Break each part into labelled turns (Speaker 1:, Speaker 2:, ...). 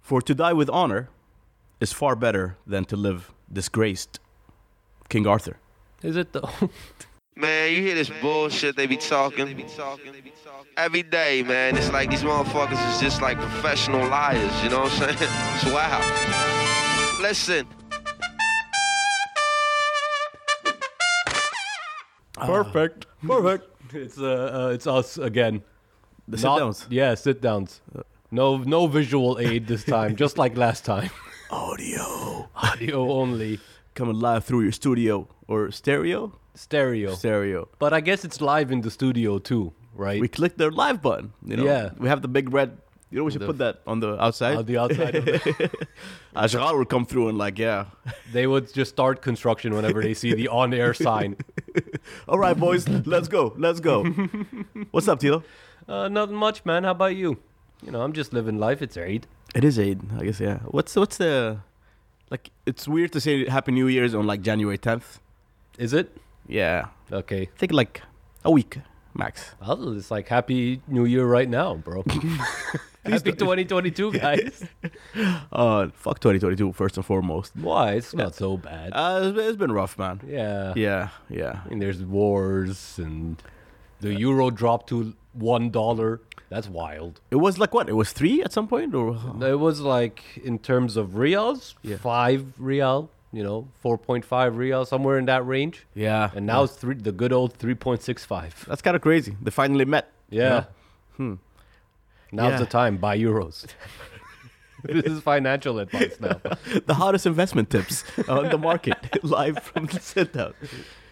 Speaker 1: For to die with honor is far better than to live disgraced. King Arthur.
Speaker 2: Is it though?
Speaker 3: Man, you hear this bullshit they be talking every day, man. It's like these motherfuckers is just like professional liars, you know what I'm saying? It's wow. Listen.
Speaker 2: Ah. Perfect. Perfect. It's uh, uh it's us again.
Speaker 1: The
Speaker 2: Not-
Speaker 1: sit downs.
Speaker 2: Yeah, sit downs. No, no visual aid this time, just like last time.
Speaker 1: Audio.
Speaker 2: Audio only,
Speaker 1: Coming live through your studio or stereo?
Speaker 2: stereo.
Speaker 1: Stereo.
Speaker 2: but I guess it's live in the studio too, right?
Speaker 1: We click their live button. You know?
Speaker 2: Yeah.
Speaker 1: We have the big red. You know, we should
Speaker 2: The-
Speaker 1: put that on the outside.
Speaker 2: On the outside, of the-
Speaker 1: Ashghar will come through and, like, yeah.
Speaker 2: they would just start construction whenever they see the on-air sign.
Speaker 1: All right, boys, let's go. Let's go. What's up, Tilo?
Speaker 2: Uh, not much, man. How about you? You know, I'm just living life. It's Eid.
Speaker 1: It is Eid, I guess. Yeah. What's what's the like? It's weird to say Happy New Year's on like January tenth.
Speaker 2: Is it?
Speaker 1: Yeah,
Speaker 2: Okay.
Speaker 1: I think like a week max.
Speaker 2: Well, it's like Happy New Year right now, bro. Happy 2022, guys.
Speaker 1: Uh, fuck 2022 first and foremost.
Speaker 2: Why? It's not so bad.
Speaker 1: Uh, it's been- it's been rough, man.
Speaker 2: yeah.
Speaker 1: Yeah, yeah.
Speaker 2: I mean, there's wars and the euro dropped to one dollar. That's wild.
Speaker 1: It was like what? It was three at some point, or
Speaker 2: It was like in terms of reals, five real. You know, four point five real, somewhere in that range.
Speaker 1: yeah.
Speaker 2: And now it's three, the good old three point six five.
Speaker 1: that's kind of crazy. They finally met.
Speaker 2: Yeah. Hmm. Now's
Speaker 1: Yeah.
Speaker 2: the time. Buy euros. this is financial advice now.
Speaker 1: the hottest investment tips on the market, live from the sit down.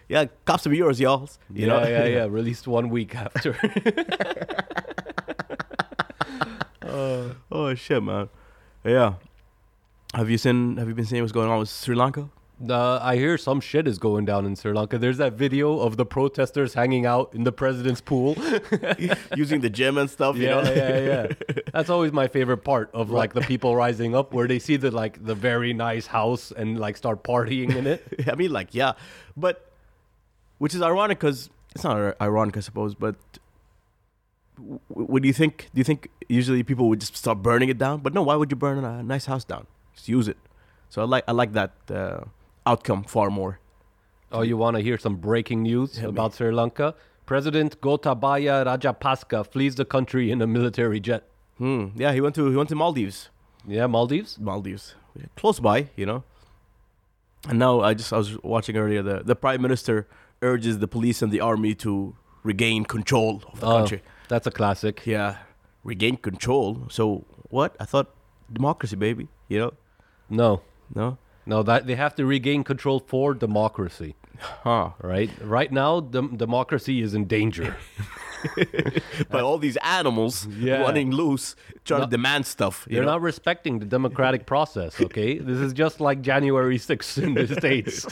Speaker 1: Yeah, cops some euros, y'all. You
Speaker 2: yeah,
Speaker 1: know,
Speaker 2: yeah, yeah. Released one week after.
Speaker 1: Oh shit, man. Yeah. Have you seen? Have you been seeing what's going on with Sri Lanka?
Speaker 2: Uh, I hear some shit is going down in Sri Lanka. There's that video of the protesters hanging out in the president's pool.
Speaker 1: Using the gym and stuff. You
Speaker 2: yeah,
Speaker 1: know?
Speaker 2: yeah, yeah. That's always my favorite part of like the people rising up, where they see the like the very nice house and like start partying in it.
Speaker 1: I mean, like, yeah, but which is ironic because it's not ir- ironic, I suppose. But w- what do you think? Do you think usually people would just start burning it down? But no, why would you burn a nice house down? Just use it. So I like I like that uh, outcome far more.
Speaker 2: Oh, you want to hear some breaking news about Sri Lanka? President Gotabaya Rajapaksa flees the country in a military jet.
Speaker 1: Hmm. Yeah, he went to he went to Maldives.
Speaker 2: Yeah, Maldives.
Speaker 1: Maldives, close by, you know. And now I just I was watching earlier the the prime minister urges the police and the army to regain control of the
Speaker 2: Oh,
Speaker 1: country.
Speaker 2: that's a classic.
Speaker 1: Yeah, regain control. So what? I thought democracy, baby. You know,
Speaker 2: No,
Speaker 1: no,
Speaker 2: no, that they have to regain control for democracy.
Speaker 1: huh?
Speaker 2: Right, right now, dem- democracy is in danger.
Speaker 1: But all these animals
Speaker 2: Yeah.
Speaker 1: running loose, trying
Speaker 2: No.
Speaker 1: to demand stuff. You
Speaker 2: They're
Speaker 1: know?
Speaker 2: not respecting the democratic process. Okay, this is just like January 6th in the states.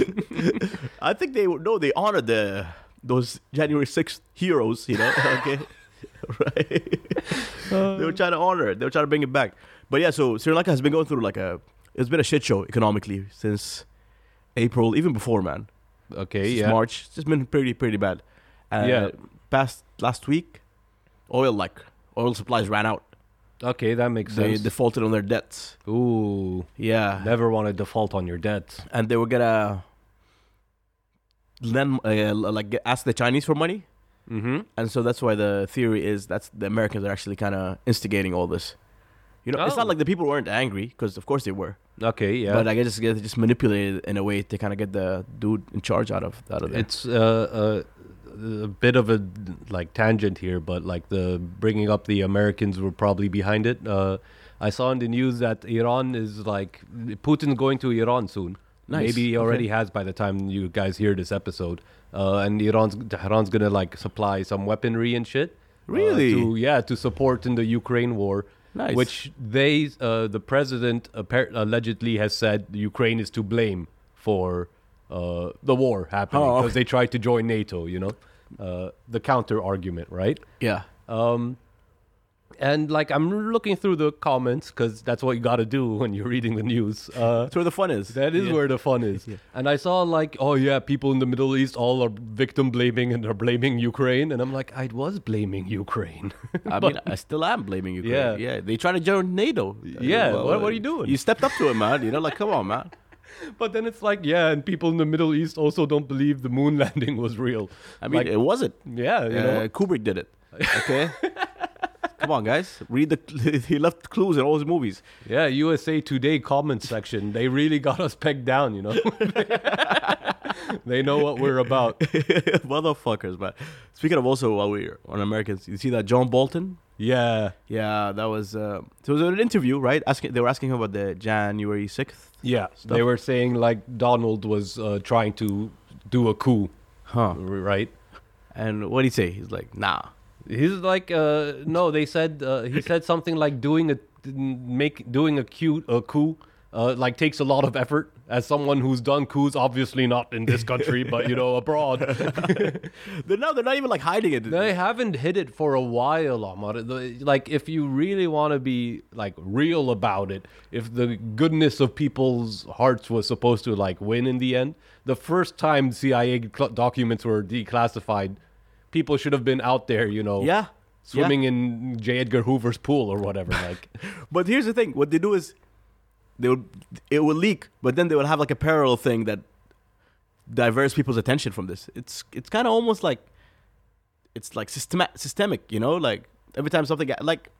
Speaker 1: I think they no, they honor the those January sixth heroes. You know, okay, right? they were trying to honor it. They were trying to bring it back. But yeah, so Sri Lanka has been going through like a it's been a shit show economically since April, even before man.
Speaker 2: Okay,
Speaker 1: Since
Speaker 2: yeah,
Speaker 1: March, it's just been pretty pretty bad. Uh,
Speaker 2: Yeah.
Speaker 1: Past last week, oil like oil supplies ran out.
Speaker 2: okay, that makes
Speaker 1: They
Speaker 2: sense.
Speaker 1: defaulted on their debts.
Speaker 2: Ooh,
Speaker 1: Yeah,
Speaker 2: never want to default on your debts.
Speaker 1: and they were gonna lend uh, like ask the Chinese for money.
Speaker 2: Mm-hmm.
Speaker 1: and so that's why the theory is that's the Americans are actually kind of instigating all this. You know, it's
Speaker 2: Oh.
Speaker 1: not like the people weren't angry because of course they were,
Speaker 2: Okay, yeah,
Speaker 1: but I guess they just manipulated it in a way to kind of get the dude in charge out of out of there.
Speaker 2: It's uh, a, a bit of a like tangent here, but like the bringing up the Americans were probably behind it. Uh, I saw in the news that Iran is like Putin's going to Iran soon.
Speaker 1: Nice.
Speaker 2: Maybe he
Speaker 1: Okay.
Speaker 2: already has by the time you guys hear this episode. Uh, and Iran's Tehran's gonna like supply some weaponry and shit. uh,
Speaker 1: Really?
Speaker 2: to, yeah, to support in the Ukraine war.
Speaker 1: Nice.
Speaker 2: Which they, uh, the president, appar- allegedly has said Ukraine is to blame for uh, the war happening
Speaker 1: Oh,
Speaker 2: because
Speaker 1: okay.
Speaker 2: they tried to join NATO. You know, uh, the counter argument, right?
Speaker 1: yeah,
Speaker 2: And like I'm looking through the comments because that's what you got to do when you're reading the news. Uh,
Speaker 1: That's where the fun is.
Speaker 2: that is where the fun is. And I saw like, oh yeah, people in the Middle East all are victim blaming and are blaming Ukraine. And I'm like, I was blaming Ukraine.
Speaker 1: I mean, I still am blaming Ukraine.
Speaker 2: Yeah.
Speaker 1: Yeah, yeah. They try to join NATO.
Speaker 2: Yeah, what- what are you doing?
Speaker 1: You stepped up to it, man. You know, like come on, man.
Speaker 2: but then it's like, yeah, and people in the Middle East also don't believe the moon landing was real.
Speaker 1: I mean,
Speaker 2: Like,
Speaker 1: it wasn't.
Speaker 2: yeah, you know,
Speaker 1: Uh, Kubrick did it. Okay. Come on, guys. Read the. He left clues in all his movies.
Speaker 2: yeah. USA Today comment section, they really got us pegged down. You know, they know what we're about.
Speaker 1: Motherfuckers, man. Speaking of also while we're on Americans, you see that John Bolton?
Speaker 2: Yeah,
Speaker 1: Yeah, that was. Uh, so it was an interview, right? Asking they were asking him about the January sixth.
Speaker 2: yeah.
Speaker 1: Stuff.
Speaker 2: They were saying like Donald was uh, trying to do a coup,
Speaker 1: Huh.
Speaker 2: right?
Speaker 1: And what did he say? He's like, nah.
Speaker 2: He's like, uh, no, they said uh, he said something like doing a make doing a cute a coup. Uh, like takes a lot of effort as someone who's done coups obviously not in this country but you know abroad
Speaker 1: They're not. They're not even like hiding it.
Speaker 2: they haven't hit it for a while Ahmad. The- like if you really want to be like real about it if the goodness of people's hearts was supposed to like win in the end the first time cia cl- documents were declassified people should have been out there you know
Speaker 1: Yeah.
Speaker 2: swimming in J. Edgar Hoover's pool or whatever. Like,
Speaker 1: But here's the thing: what they do is, they would it would leak, but then they would have like a parallel thing that diverts people's attention from this. It's it's kind of almost like it's like systema- systemic, you know. Like every time something like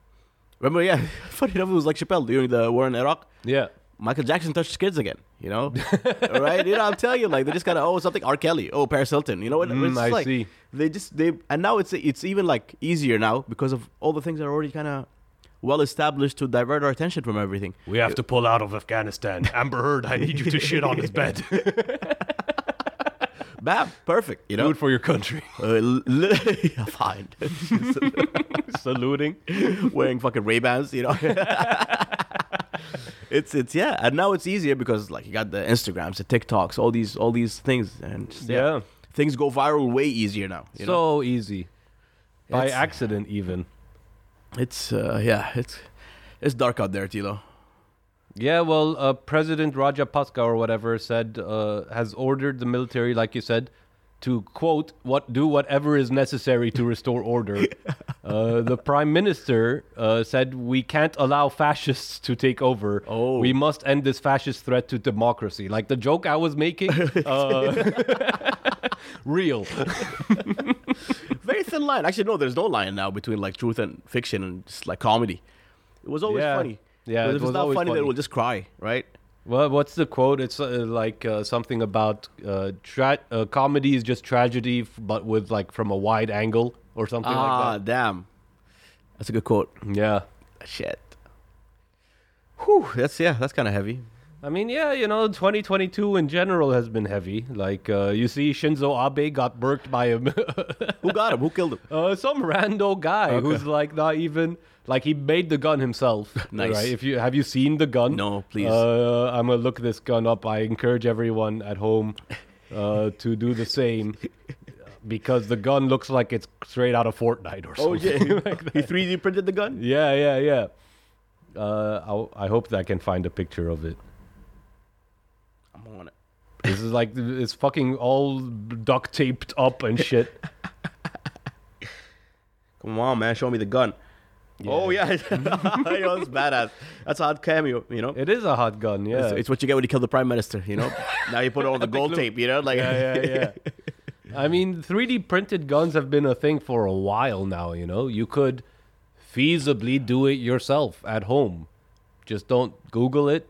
Speaker 1: remember, yeah, funny enough, it was like Chappelle during the war in Iraq.
Speaker 2: yeah,
Speaker 1: Michael Jackson touched kids again, you know, right? You know, I'm telling you, like they just kind of oh something R. Kelly, oh Paris Hilton, you know what?
Speaker 2: Mm, I
Speaker 1: like,
Speaker 2: see.
Speaker 1: They just they and now it's it's even like easier now because of all the things that are already kind of well established to divert our attention from everything.
Speaker 2: we have to pull out of Afghanistan. Amber Heard, I need you to shit on his bed.
Speaker 1: Bam, perfect, you
Speaker 2: Do
Speaker 1: know.
Speaker 2: it for your country.
Speaker 1: Uh, li- li- yeah, fine.
Speaker 2: Saluting.
Speaker 1: Wearing fucking Ray Bans, you know. it's it's yeah, and now it's easier because like you got the Instagrams, the TikToks, all these all these things, and just, yeah.
Speaker 2: Yeah.
Speaker 1: Things go viral way easier now. You
Speaker 2: so
Speaker 1: know?
Speaker 2: easy, by
Speaker 1: It's-
Speaker 2: accident even.
Speaker 1: It's uh, yeah, it's it's dark out there, Tilo.
Speaker 2: Yeah, well, uh, President Rajapaksa or whatever said uh, has ordered the military, like you said, to quote what do whatever is necessary to restore order. uh, the prime minister uh, said we can't allow fascists to take over.
Speaker 1: Oh.
Speaker 2: we must end this fascist threat to democracy. Like the joke I was making, uh, real.
Speaker 1: Very thin line. Actually, no, there's no line now between like truth and fiction and just like comedy. It was always
Speaker 2: Yeah.
Speaker 1: funny.
Speaker 2: Yeah,
Speaker 1: Because
Speaker 2: it
Speaker 1: if
Speaker 2: was
Speaker 1: it's not
Speaker 2: always
Speaker 1: funny,
Speaker 2: funny.
Speaker 1: then we'll just cry, right?
Speaker 2: Well, what's the quote? It's uh, like uh, something about uh, tra- uh, comedy is just tragedy, f- but with like from a wide angle or something
Speaker 1: ah,
Speaker 2: like
Speaker 1: damn. That's a good quote.
Speaker 2: that. Yeah.
Speaker 1: Shit. Whew, that's yeah, that's kind of heavy.
Speaker 2: I mean, yeah, you know, 2022 in general has been heavy. Like, uh, you see, Shinzo Abe got burked by a,
Speaker 1: Who got him? Who killed him?
Speaker 2: uh, some rando guy who's like not even like he made the gun himself.
Speaker 1: Nice.
Speaker 2: Right? If you have you seen the gun?
Speaker 1: No, please.
Speaker 2: Uh, I'm gonna look this gun up. I encourage everyone at home uh, to do the same because the gun looks like it's straight out of Fortnite or something.
Speaker 1: Oh, he 3D printed the gun.
Speaker 2: Yeah, yeah, yeah. Uh, I'll- I hope that I can find a picture of it.
Speaker 1: I'm on it.
Speaker 2: This is like it's fucking all duct taped up and shit.
Speaker 1: Come on, man, show me the gun. Oh yeah, you know, it's badass. That's a hot cameo, you know.
Speaker 2: It is a hot gun, yeah.
Speaker 1: It's, it's what you get when you kill the prime minister, you know. now you put it on the gold tape, you know, like
Speaker 2: yeah, yeah, yeah. I mean, 3D printed guns have been a thing for a while now, you know. You could feasibly do it yourself at home. Just don't Google it.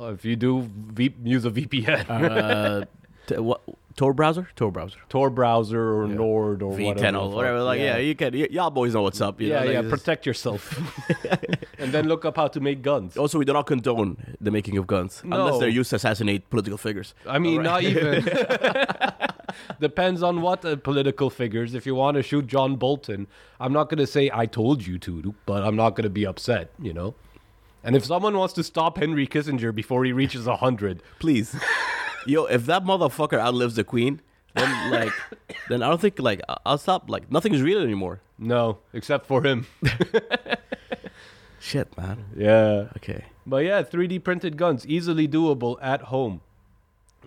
Speaker 2: Uh, If you do, v- use a VPN,
Speaker 1: uh, t- what Tor browser, Tor browser,
Speaker 2: Tor browser or Nord or
Speaker 1: V10
Speaker 2: whatever. the
Speaker 1: or
Speaker 2: fuck.
Speaker 1: whatever. Like yeah, you can. Y- y'all boys know what's up. You
Speaker 2: yeah,
Speaker 1: know, like,
Speaker 2: yeah.
Speaker 1: this-
Speaker 2: Protect yourself, and then look up how to make guns.
Speaker 1: also, we do not condone the making of guns
Speaker 2: No.
Speaker 1: unless they're used to assassinate political figures.
Speaker 2: I mean, not even. Depends on what uh, political figures. If you want to shoot John Bolton, I'm not going to say I told you to, but I'm not going to be upset, you know? And if someone wants to stop Henry Kissinger before he reaches 100,
Speaker 1: Please, yo, if that motherfucker outlives the queen, then like, then I don't think like I- I'll stop. Like nothing's real anymore.
Speaker 2: no, except for him.
Speaker 1: Shit, man.
Speaker 2: Yeah.
Speaker 1: Okay.
Speaker 2: But yeah, 3D printed guns, easily doable at home.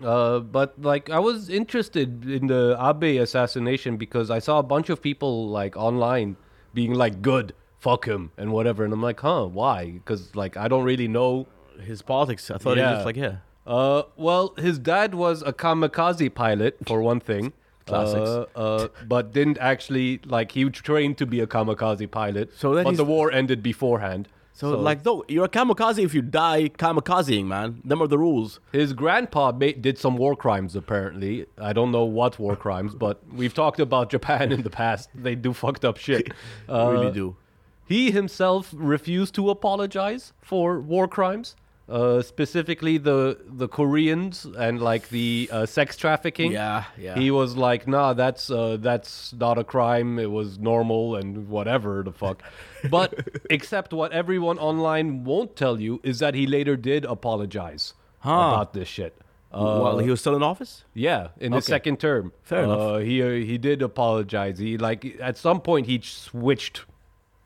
Speaker 2: Uh, but like I was interested in the Abe assassination because I saw a bunch of people like online being like, "Good, fuck him" and whatever, and I'm like, "Huh? Why?" Because like I don't really know.
Speaker 1: His politics. I thought he
Speaker 2: Yeah.
Speaker 1: was just like, yeah.
Speaker 2: Uh, well, his dad was a kamikaze pilot for one thing.
Speaker 1: Classics.
Speaker 2: Uh, uh, but didn't actually like he trained to be a kamikaze pilot.
Speaker 1: So then
Speaker 2: but
Speaker 1: he's-
Speaker 2: the war ended beforehand.
Speaker 1: So, like, though you're a kamikaze if you die kamikazing, man. Them are the rules.
Speaker 2: His grandpa ma- did some war crimes, apparently. I don't know what war crimes, but we've talked about Japan in the past. They do fucked up shit. Uh,
Speaker 1: really do.
Speaker 2: He himself refused to apologize for war crimes, uh, specifically the the Koreans and like the uh, sex trafficking.
Speaker 1: Yeah, yeah.
Speaker 2: He was like, "Nah, that's uh, that's not a crime. It was normal and whatever the fuck." But except what everyone online won't tell you is that he later did apologize about this shit. Uh,
Speaker 1: While he was still in office?
Speaker 2: yeah, in his
Speaker 1: Okay.
Speaker 2: second term.
Speaker 1: Fair enough.
Speaker 2: Uh, he uh, he did apologize. He like at some point he switched.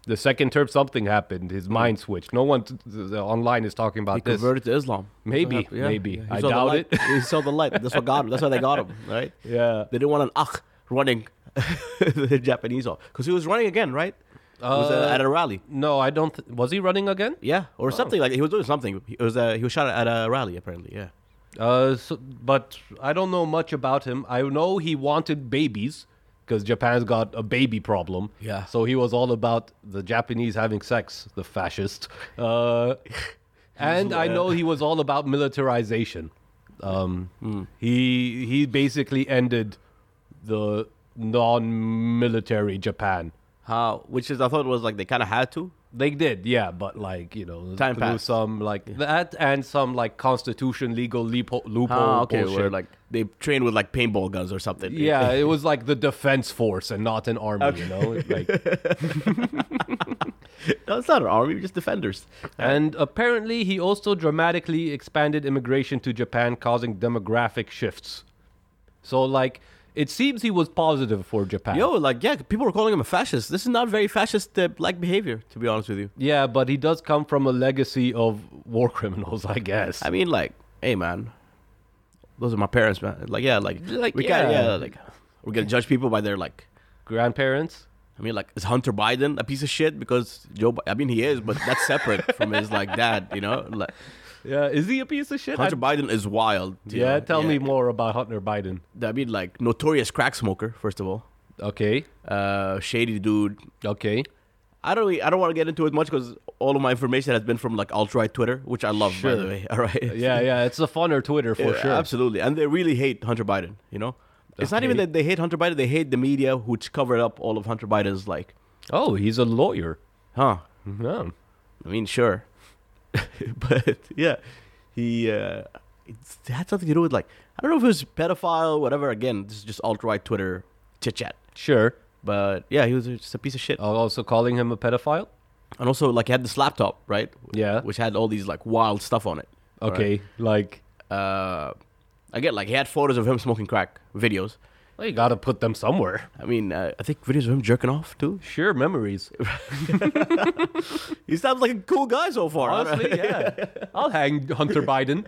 Speaker 2: The second term, something happened. His mind switched. No one t- t- t- online is talking about
Speaker 1: He
Speaker 2: this.
Speaker 1: converted to Islam.
Speaker 2: Maybe,
Speaker 1: That's what happened,
Speaker 2: maybe.
Speaker 1: He
Speaker 2: I
Speaker 1: saw the
Speaker 2: doubt
Speaker 1: light.
Speaker 2: it.
Speaker 1: he saw the light. That's what got him. That's why they got him, right?
Speaker 2: Yeah.
Speaker 1: They didn't want an akh running the Japanese off. Because he was running again, right? It was uh, oh.
Speaker 2: Uh,
Speaker 1: at a rally.
Speaker 2: No, I don't. Th- was he running again?
Speaker 1: Yeah, or something like he was doing something. He was uh, he was shot at a rally apparently. Yeah.
Speaker 2: Uh, so, but I don't know much about him. I know he wanted babies because Japan's got a baby problem.
Speaker 1: Yeah.
Speaker 2: So he was all about the Japanese having sex, the fascist. Uh, and
Speaker 1: uh,
Speaker 2: I know he was all about militarization. Um,
Speaker 1: Hmm.
Speaker 2: He he basically ended the non-military Japan.
Speaker 1: How? Which is I thought was like they kind of had to.
Speaker 2: They did, yeah, but like you know,
Speaker 1: Time
Speaker 2: through
Speaker 1: passed.
Speaker 2: some like that and some like constitution legal leepo- loophole.
Speaker 1: Ah, okay.
Speaker 2: bullshit.
Speaker 1: Where like they trained with like paintball guns or something.
Speaker 2: Yeah, it was like the defense force and not an army, you know? It's Like,
Speaker 1: no, it's not an army. We're just defenders.
Speaker 2: and apparently, he also dramatically expanded immigration to Japan, causing demographic shifts. So, like, it seems he was positive for Japan.
Speaker 1: Yo, like yeah, people were calling him a fascist. This is not very fascist uh, like behavior, to be honest with you.
Speaker 2: Yeah, but he does come from a legacy of war criminals, I guess.
Speaker 1: I mean, like, hey, man, those are my parents, man. Like, yeah, like,
Speaker 2: Like,
Speaker 1: we can't,
Speaker 2: yeah.
Speaker 1: yeah, like, we're gonna judge people by their like.
Speaker 2: Grandparents?
Speaker 1: I mean, like, is Hunter Biden a piece of shit because Joe? Bi- I mean, he is, but that's separate from his like dad, you know. Like,
Speaker 2: Yeah, is he a piece of shit? I-
Speaker 1: Hunter Biden is wild. you
Speaker 2: yeah,
Speaker 1: know?
Speaker 2: tell me more about Hunter Biden.
Speaker 1: I mean, like, notorious crack smoker, first of all,
Speaker 2: Okay,
Speaker 1: uh, shady dude.
Speaker 2: okay.
Speaker 1: I don't, really, I don't want to get into it much because all of my information has been from like alt right Twitter, which I love, by
Speaker 2: Sure.
Speaker 1: the way. All right,
Speaker 2: Yeah, yeah, it's a funner Twitter for
Speaker 1: Yeah,
Speaker 2: sure.
Speaker 1: Absolutely. And they really hate Hunter Biden, you know? It's not even
Speaker 2: Okay.
Speaker 1: that they hate Hunter Biden, they hate the media which covered up all of Hunter Biden's like,
Speaker 2: Oh, he's a lawyer.
Speaker 1: huh.
Speaker 2: No.
Speaker 1: I mean, sure. but yeah, he uh it's, it had something to do with like I don't know if it was pedophile, whatever. Again, this is just alt right Twitter chit chat.
Speaker 2: Sure.
Speaker 1: But yeah, he was just a piece of shit.
Speaker 2: Also calling him a pedophile?
Speaker 1: And also like he had this laptop, right?
Speaker 2: Yeah.
Speaker 1: Which had all these like wild stuff on it. right?
Speaker 2: Okay, like
Speaker 1: Uh again, like he had photos of him smoking crack, videos.
Speaker 2: well, you gotta put them somewhere.
Speaker 1: I mean, uh, I think videos of him jerking off too.
Speaker 2: Sure, memories.
Speaker 1: He sounds like a cool guy so far.
Speaker 2: Honestly, yeah. I'll hang Hunter Biden.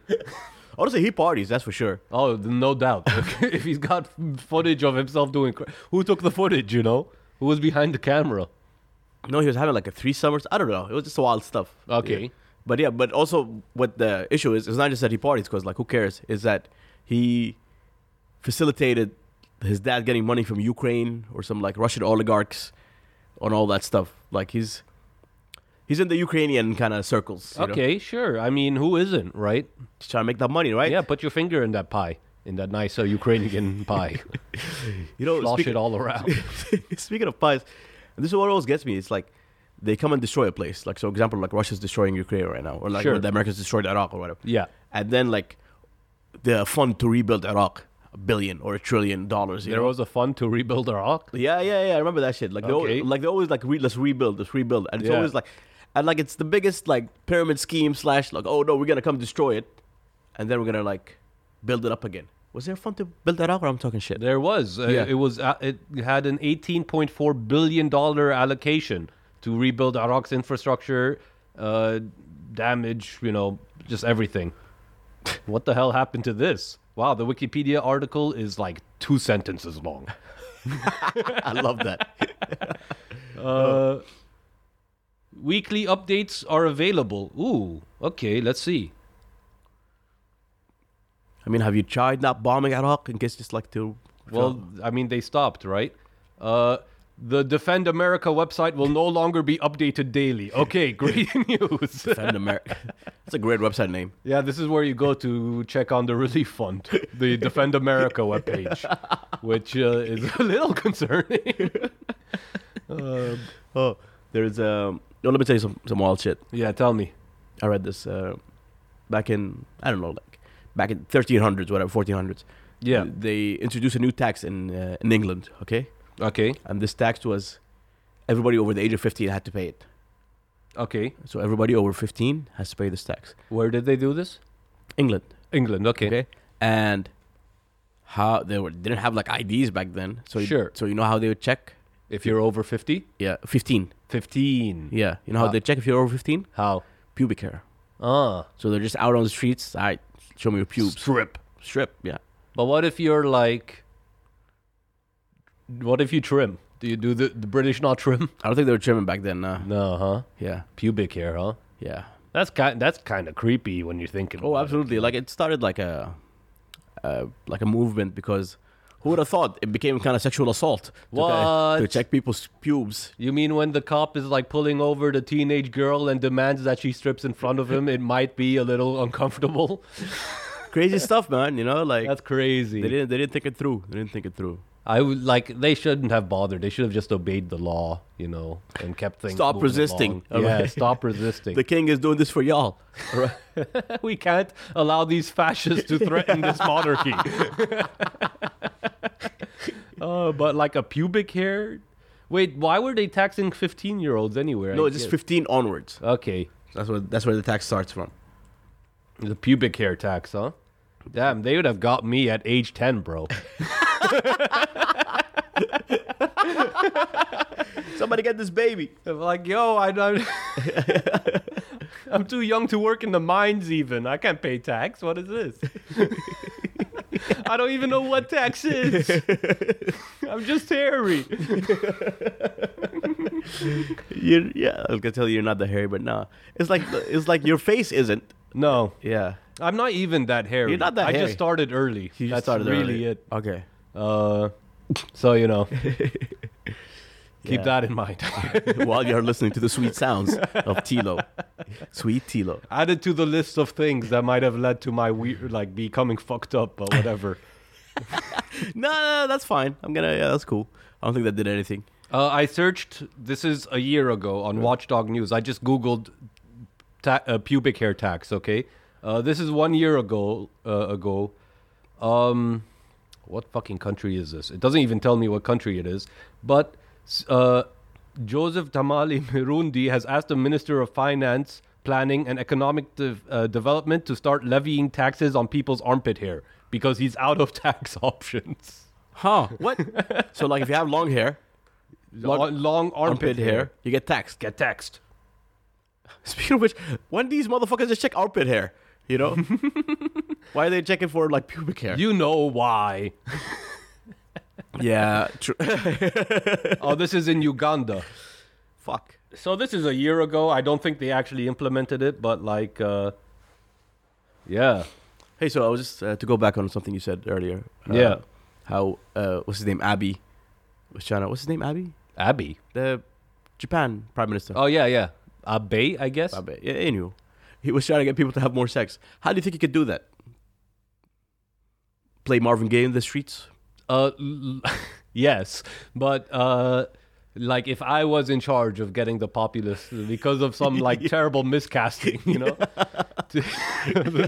Speaker 1: Honestly, he parties, that's for sure.
Speaker 2: Oh, th- no doubt. if he's got footage of himself doing, cr- who took the footage? You know, who was behind the camera?
Speaker 1: No, he was having like a three summers. I don't know. It was just wild stuff.
Speaker 2: Okay.
Speaker 1: Yeah. But yeah, but also what the issue is, it's not just that he parties, because like who cares? Is that he facilitated his dad getting money from Ukraine or some like Russian oligarchs on all that stuff. Like he's he's in the Ukrainian kind of circles. You Know?
Speaker 2: Okay, sure. I mean, who isn't, right?
Speaker 1: Just trying to make that money, right?
Speaker 2: Yeah, put your finger in that pie, in that nice uh, Ukrainian pie.
Speaker 1: You know,
Speaker 2: Slosh
Speaker 1: speak-
Speaker 2: it all around.
Speaker 1: Speaking of pies, and this is what always gets me. It's like they come and destroy a place. Like, so example, like Russia's destroying Ukraine right now, or like
Speaker 2: Sure.
Speaker 1: the Americans destroyed Iraq or whatever.
Speaker 2: Yeah.
Speaker 1: And then like the fund to rebuild Iraq, a billion or a trillion dollars. You
Speaker 2: There
Speaker 1: know?
Speaker 2: was a fund to rebuild Iraq.
Speaker 1: yeah, yeah, yeah. I remember that shit. Like, they
Speaker 2: Okay.
Speaker 1: always, like they always like re- let's rebuild, let's rebuild, and it's
Speaker 2: Yeah.
Speaker 1: always like, and like it's the biggest like pyramid scheme slash like oh no we're gonna come destroy it, and then we're gonna like build it up again. Was there a fund to build Iraq or I'm talking shit?
Speaker 2: There was. Uh,
Speaker 1: Yeah.
Speaker 2: It was. Uh, it had an 18.4 billion dollar allocation to rebuild Iraq's infrastructure uh, damage, you know, just everything. what the hell happened to this? Wow, the Wikipedia article is like two sentences long.
Speaker 1: I love that.
Speaker 2: Uh, Weekly updates are available. Ooh, okay, let's see.
Speaker 1: I mean, have you tried not bombing Iraq in case just like to?
Speaker 2: Well, I mean, they stopped, right? Uh, the Defend America website will no longer be updated daily. Okay, great news.
Speaker 1: Defend America. That's a great website name.
Speaker 2: yeah, this is where you go to check on the relief fund, the Defend America webpage, which uh, is a little concerning.
Speaker 1: Oh, there's um. No, let me tell you some some wild shit.
Speaker 2: yeah, tell me.
Speaker 1: I read this uh, back in I don't know, like back in 1300s, whatever, 1400s.
Speaker 2: Yeah.
Speaker 1: They introduced a new tax in uh, in England. Okay,
Speaker 2: Okay.
Speaker 1: and this tax was everybody over the age of 15 had to pay it.
Speaker 2: Okay.
Speaker 1: So everybody over 15 has to pay this tax.
Speaker 2: Where did they do this?
Speaker 1: England.
Speaker 2: England. Okay.
Speaker 1: Okay. And how they were didn't have like IDs back then. So you-
Speaker 2: Sure.
Speaker 1: so you know how they would check?
Speaker 2: If you're over 50,
Speaker 1: Yeah, 15.
Speaker 2: 15.
Speaker 1: Yeah. You know how
Speaker 2: Ah.
Speaker 1: they check if you're over 15?
Speaker 2: How?
Speaker 1: Pubic hair.
Speaker 2: Ah.
Speaker 1: So they're just out on the streets. All right, show me your pubes.
Speaker 2: Strip.
Speaker 1: Strip. Yeah.
Speaker 2: But what if you're like, what if you trim? Do you do the, the British not trim?
Speaker 1: I don't think they were trimming back then. No.
Speaker 2: No, huh?
Speaker 1: Yeah.
Speaker 2: Pubic hair, huh?
Speaker 1: Yeah.
Speaker 2: That's kind. That's kind of creepy when you're thinking.
Speaker 1: Oh,
Speaker 2: about it.
Speaker 1: absolutely. Like it started like a, uh, like a movement because who would have thought it became kind of sexual assault to,
Speaker 2: What?
Speaker 1: to check people's pubes?
Speaker 2: You mean when the cop is like pulling over the teenage girl and demands that she strips in front of him? it might be a little uncomfortable.
Speaker 1: Crazy stuff, man. You know, like
Speaker 2: That's crazy.
Speaker 1: they didn't they didn't think it through. They didn't think it through.
Speaker 2: I would like they shouldn't have bothered. They should have just obeyed the law, you know, and kept things.
Speaker 1: Stop
Speaker 2: moving
Speaker 1: resisting.
Speaker 2: along. Yeah,
Speaker 1: Okay.
Speaker 2: stop resisting.
Speaker 1: The king is doing this for y'all.
Speaker 2: we can't allow these fascists to threaten this monarchy. uh, but like a pubic hair. Wait, why were they taxing fifteen-year-olds anyway?
Speaker 1: No,
Speaker 2: I
Speaker 1: it's just
Speaker 2: guess?
Speaker 1: 15 onwards.
Speaker 2: okay.
Speaker 1: That's where that's where the tax starts from.
Speaker 2: The pubic hair tax, huh? Damn, they would have got me at age ten, bro.
Speaker 1: Somebody get this baby.
Speaker 2: I'm like, yo, I don't. I'm too young to work in the mines, even. I can't pay tax. What is this? I don't even know what tax is. I'm just hairy.
Speaker 1: You're, yeah, I was gonna tell you you're not the hairy, but nah. It's like it's like your face isn't.
Speaker 2: No,
Speaker 1: Yeah,
Speaker 2: I'm not even that hairy.
Speaker 1: You're not that
Speaker 2: I
Speaker 1: hairy.
Speaker 2: just started early.
Speaker 1: you
Speaker 2: That's
Speaker 1: just started early.
Speaker 2: really it.
Speaker 1: Okay.
Speaker 2: Uh, so you know, keep
Speaker 1: Yeah.
Speaker 2: that in mind.
Speaker 1: While you're listening to the sweet sounds of Tilo, sweet Tilo.
Speaker 2: Added to the list of things that might have led to my weird, like becoming fucked up or whatever.
Speaker 1: No, no, no, that's fine. I'm gonna. Yeah, that's cool. I don't think that did anything.
Speaker 2: Uh, I searched. This is a year ago on Watchdog News. I just Googled ta- uh, pubic hair tax. Okay, uh, this is one year ago. Uh, ago, um, what fucking country is this? It doesn't even tell me what country it is. But s- uh, Joseph Tamali Mirundi has asked the Minister of Finance, Planning, and Economic De- uh, Development to start levying taxes on people's armpit hair because he's out of tax options.
Speaker 1: Huh? What? so like, if you have long hair,
Speaker 2: Long, long armpit,
Speaker 1: armpit hair,
Speaker 2: hair.
Speaker 1: you get taxed.
Speaker 2: Get taxed.
Speaker 1: Speaking of which, when do these motherfuckers just check armpit hair? You know? Why are they checking for like pubic hair?
Speaker 2: You know why.
Speaker 1: yeah, true.
Speaker 2: oh, this is in Uganda.
Speaker 1: Fuck.
Speaker 2: So this is a year ago. I don't think they actually implemented it, but like, uh, yeah,
Speaker 1: Hey, so I was just uh, to go back on something you said earlier. uh,
Speaker 2: Yeah.
Speaker 1: How uh, what's his name? Abbey was China. What's his name? Abbey,
Speaker 2: Abbey.
Speaker 1: the Japan Prime Minister.
Speaker 2: Oh yeah, yeah, Abe, I guess.
Speaker 1: Abe. Yeah, anyway, he was trying to get people to have more sex. How do you think he could do that? Play Marvin Gaye in the streets?
Speaker 2: Uh, l- yes, but uh, like if I was in charge of getting the populace because of some like terrible miscasting, you know,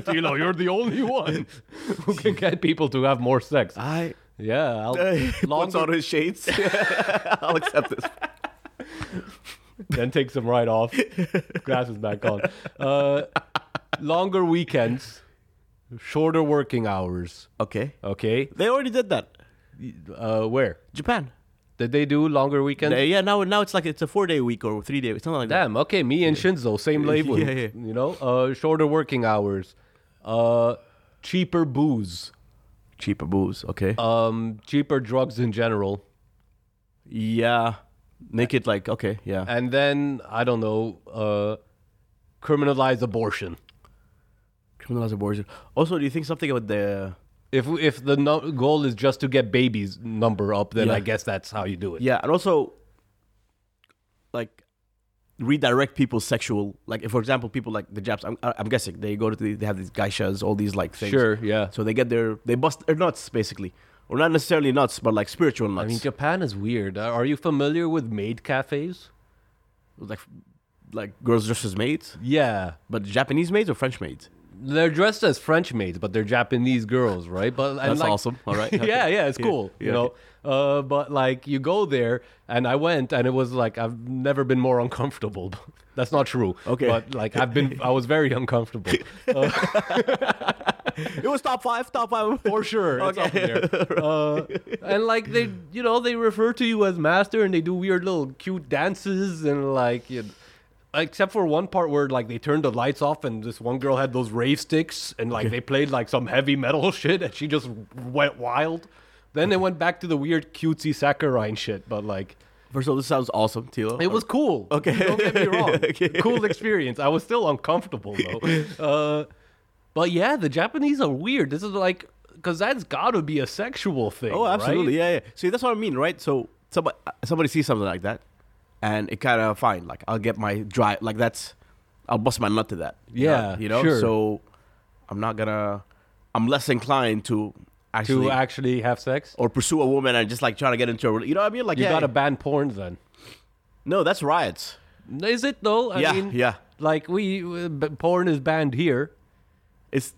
Speaker 2: Tilo, you're the only one Uh, who can get people to have more sex.
Speaker 1: I
Speaker 2: Yeah, I'll,
Speaker 1: puts
Speaker 2: longer-
Speaker 1: on his shades. I'll accept this.
Speaker 2: then takes them right off, glasses back on. Uh, longer weekends, shorter working hours.
Speaker 1: Okay,
Speaker 2: Okay,
Speaker 1: they already did that.
Speaker 2: uh, where?
Speaker 1: Japan.
Speaker 2: Did they do longer weekends?
Speaker 1: yeah, now now it's like it's a four day week or three day, something like that.
Speaker 2: Damn. Okay, me and Shinzo, same label.
Speaker 1: Yeah, yeah.
Speaker 2: You know, uh, shorter working hours, uh, cheaper booze,
Speaker 1: Cheaper booze, okay.
Speaker 2: um, cheaper drugs in general,
Speaker 1: yeah, make it like okay, yeah.
Speaker 2: and then I don't know, uh, criminalize abortion.
Speaker 1: Criminalize abortion. Also, do you think something about the
Speaker 2: If if the no- goal is just to get babies number up, then
Speaker 1: Yeah.
Speaker 2: I guess that's how you do it.
Speaker 1: yeah, and also like redirect people's sexual like if, for example people like the Japs I'm, I'm guessing they go to the, they have these geishas all these like things
Speaker 2: Sure. Yeah.
Speaker 1: so they get their they bust their nuts basically or not necessarily nuts but like spiritual
Speaker 2: I
Speaker 1: nuts
Speaker 2: mean, Japan is weird. Uh, Are are you familiar with maid cafes?
Speaker 1: like like girls dressed as maids
Speaker 2: Yeah.
Speaker 1: but Japanese maids or French maids
Speaker 2: They're dressed as French maids, but they're Japanese girls, right? But and
Speaker 1: That's
Speaker 2: like-
Speaker 1: awesome. All right.
Speaker 2: yeah, yeah, it's cool.
Speaker 1: yeah,
Speaker 2: you know, uh, but like you go there, and I went, and it was like I've never been more uncomfortable. That's not true.
Speaker 1: Okay.
Speaker 2: but like I've been, I was very uncomfortable
Speaker 1: It was top five, top five.
Speaker 2: for sure. It's up there. Uh, and like they, you know, they refer to you as master, and they do weird little cute dances, and like. You Except for one part where like they turned the lights off and this one girl had those rave sticks and like they played like some heavy metal shit and she just went wild. Then they went back to the weird cutesy saccharine shit, but like
Speaker 1: First of all, this sounds awesome, Tilo.
Speaker 2: It was cool.
Speaker 1: Okay.
Speaker 2: Don't get me wrong.
Speaker 1: Okay.
Speaker 2: Cool experience. I was still uncomfortable though. Uh, but yeah, the Japanese are weird. This is like because that's got to be a sexual thing.
Speaker 1: Oh, absolutely.
Speaker 2: right?
Speaker 1: Yeah, yeah. See, that's what I mean, right? So somebody uh, somebody sees something like that, and it kind of fine. Like I'll get my dry. Like that's I'll bust my nut to that. you know?
Speaker 2: Yeah,
Speaker 1: you know.
Speaker 2: sure.
Speaker 1: So I'm not gonna. I'm less inclined to
Speaker 2: To
Speaker 1: actually
Speaker 2: actually have sex,
Speaker 1: or pursue a woman and just like trying to get into a. rela- You know what I mean? Like
Speaker 2: you
Speaker 1: yeah,
Speaker 2: gotta ban porn then.
Speaker 1: no, that's riots.
Speaker 2: Is it though? I
Speaker 1: yeah,
Speaker 2: mean,
Speaker 1: yeah.
Speaker 2: Like we, uh, b- porn is banned here.
Speaker 1: It's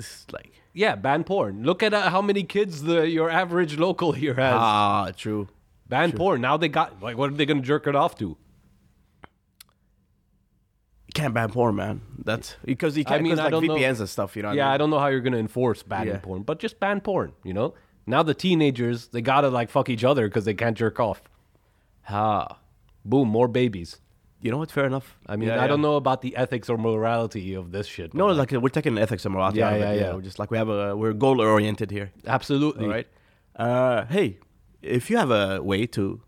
Speaker 1: it's like
Speaker 2: Yeah, ban porn. Look at uh, how many kids the your average local here has.
Speaker 1: ah true.
Speaker 2: ban porn. Now they got like, what are they gonna jerk it off to?
Speaker 1: You can't ban porn, man. That's because you can't.
Speaker 2: mean,
Speaker 1: 'cause,
Speaker 2: I
Speaker 1: like
Speaker 2: don't know-
Speaker 1: VPNs and stuff. You know. What
Speaker 2: yeah,
Speaker 1: I
Speaker 2: I
Speaker 1: mean?
Speaker 2: don't know how you're gonna enforce banning
Speaker 1: Yeah.
Speaker 2: porn, but just ban porn. You know, now the teenagers they gotta like fuck each other because they can't jerk off.
Speaker 1: Ah,
Speaker 2: Boom, more babies.
Speaker 1: you know what? Fair enough.
Speaker 2: I mean,
Speaker 1: Yeah,
Speaker 2: I
Speaker 1: yeah.
Speaker 2: don't know about the ethics or morality of this shit.
Speaker 1: No, like we're taking ethics and morality.
Speaker 2: Yeah,
Speaker 1: out of it,
Speaker 2: yeah,
Speaker 1: you
Speaker 2: yeah.
Speaker 1: know, We're just like we have a we're goal oriented here,
Speaker 2: absolutely.
Speaker 1: all right? Uh, hey, if you have a way to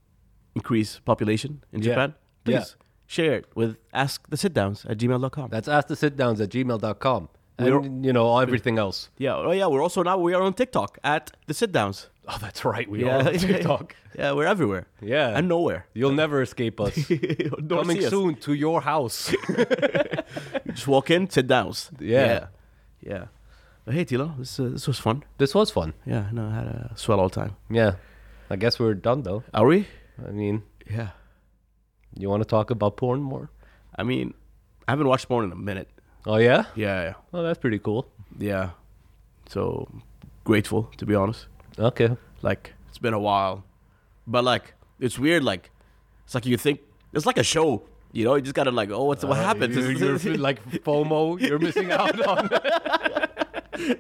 Speaker 1: increase population in
Speaker 2: Yeah.
Speaker 1: Japan, please
Speaker 2: Yeah.
Speaker 1: share it with ask the sit downs at gmail.com.
Speaker 2: That's ask the sit downs at gmail.com.
Speaker 1: We're-
Speaker 2: And, you know, everything else.
Speaker 1: yeah. Oh yeah. We're also now we are on TikTok at the sit downs.
Speaker 2: Oh, that's right. We
Speaker 1: Yeah.
Speaker 2: are on TikTok.
Speaker 1: yeah. We're everywhere.
Speaker 2: Yeah.
Speaker 1: And nowhere.
Speaker 2: You'll never escape us.
Speaker 1: Don't
Speaker 2: Coming
Speaker 1: see us.
Speaker 2: soon to your house.
Speaker 1: Just walk in, sit downs.
Speaker 2: Yeah.
Speaker 1: Yeah. Yeah. But hey, Tilo, this uh, this was fun.
Speaker 2: this was fun.
Speaker 1: Yeah. No, I had a swell all time.
Speaker 2: Yeah. I guess we're done, though.
Speaker 1: Are we?
Speaker 2: I mean,
Speaker 1: Yeah.
Speaker 2: you want to talk about porn more?
Speaker 1: I mean, I haven't watched porn in a minute.
Speaker 2: Oh, yeah?
Speaker 1: Yeah,
Speaker 2: Oh, that's pretty cool.
Speaker 1: yeah. So grateful to be honest.
Speaker 2: Okay.
Speaker 1: Like it's been a while, but like it's weird. Like it's like you think it's like a show. You know, you just gotta like, oh, what's what happens? Oh,
Speaker 2: You're, you're
Speaker 1: It's-
Speaker 2: fe- like FOMO. You're missing out on.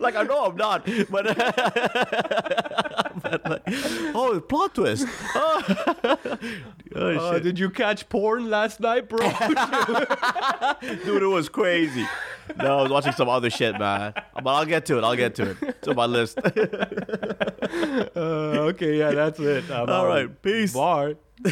Speaker 1: like I know I'm not, but, but, like, oh, plot twist. Oh, Oh,
Speaker 2: Uh,
Speaker 1: shit.
Speaker 2: did you catch porn last night, bro?
Speaker 1: dude, it was crazy. No, I was watching some other shit, man. But I'll get to it. I'll get to it. It's on my list.
Speaker 2: uh, okay, yeah, that's it. I'm
Speaker 1: All
Speaker 2: out.
Speaker 1: right, peace.
Speaker 2: Bye.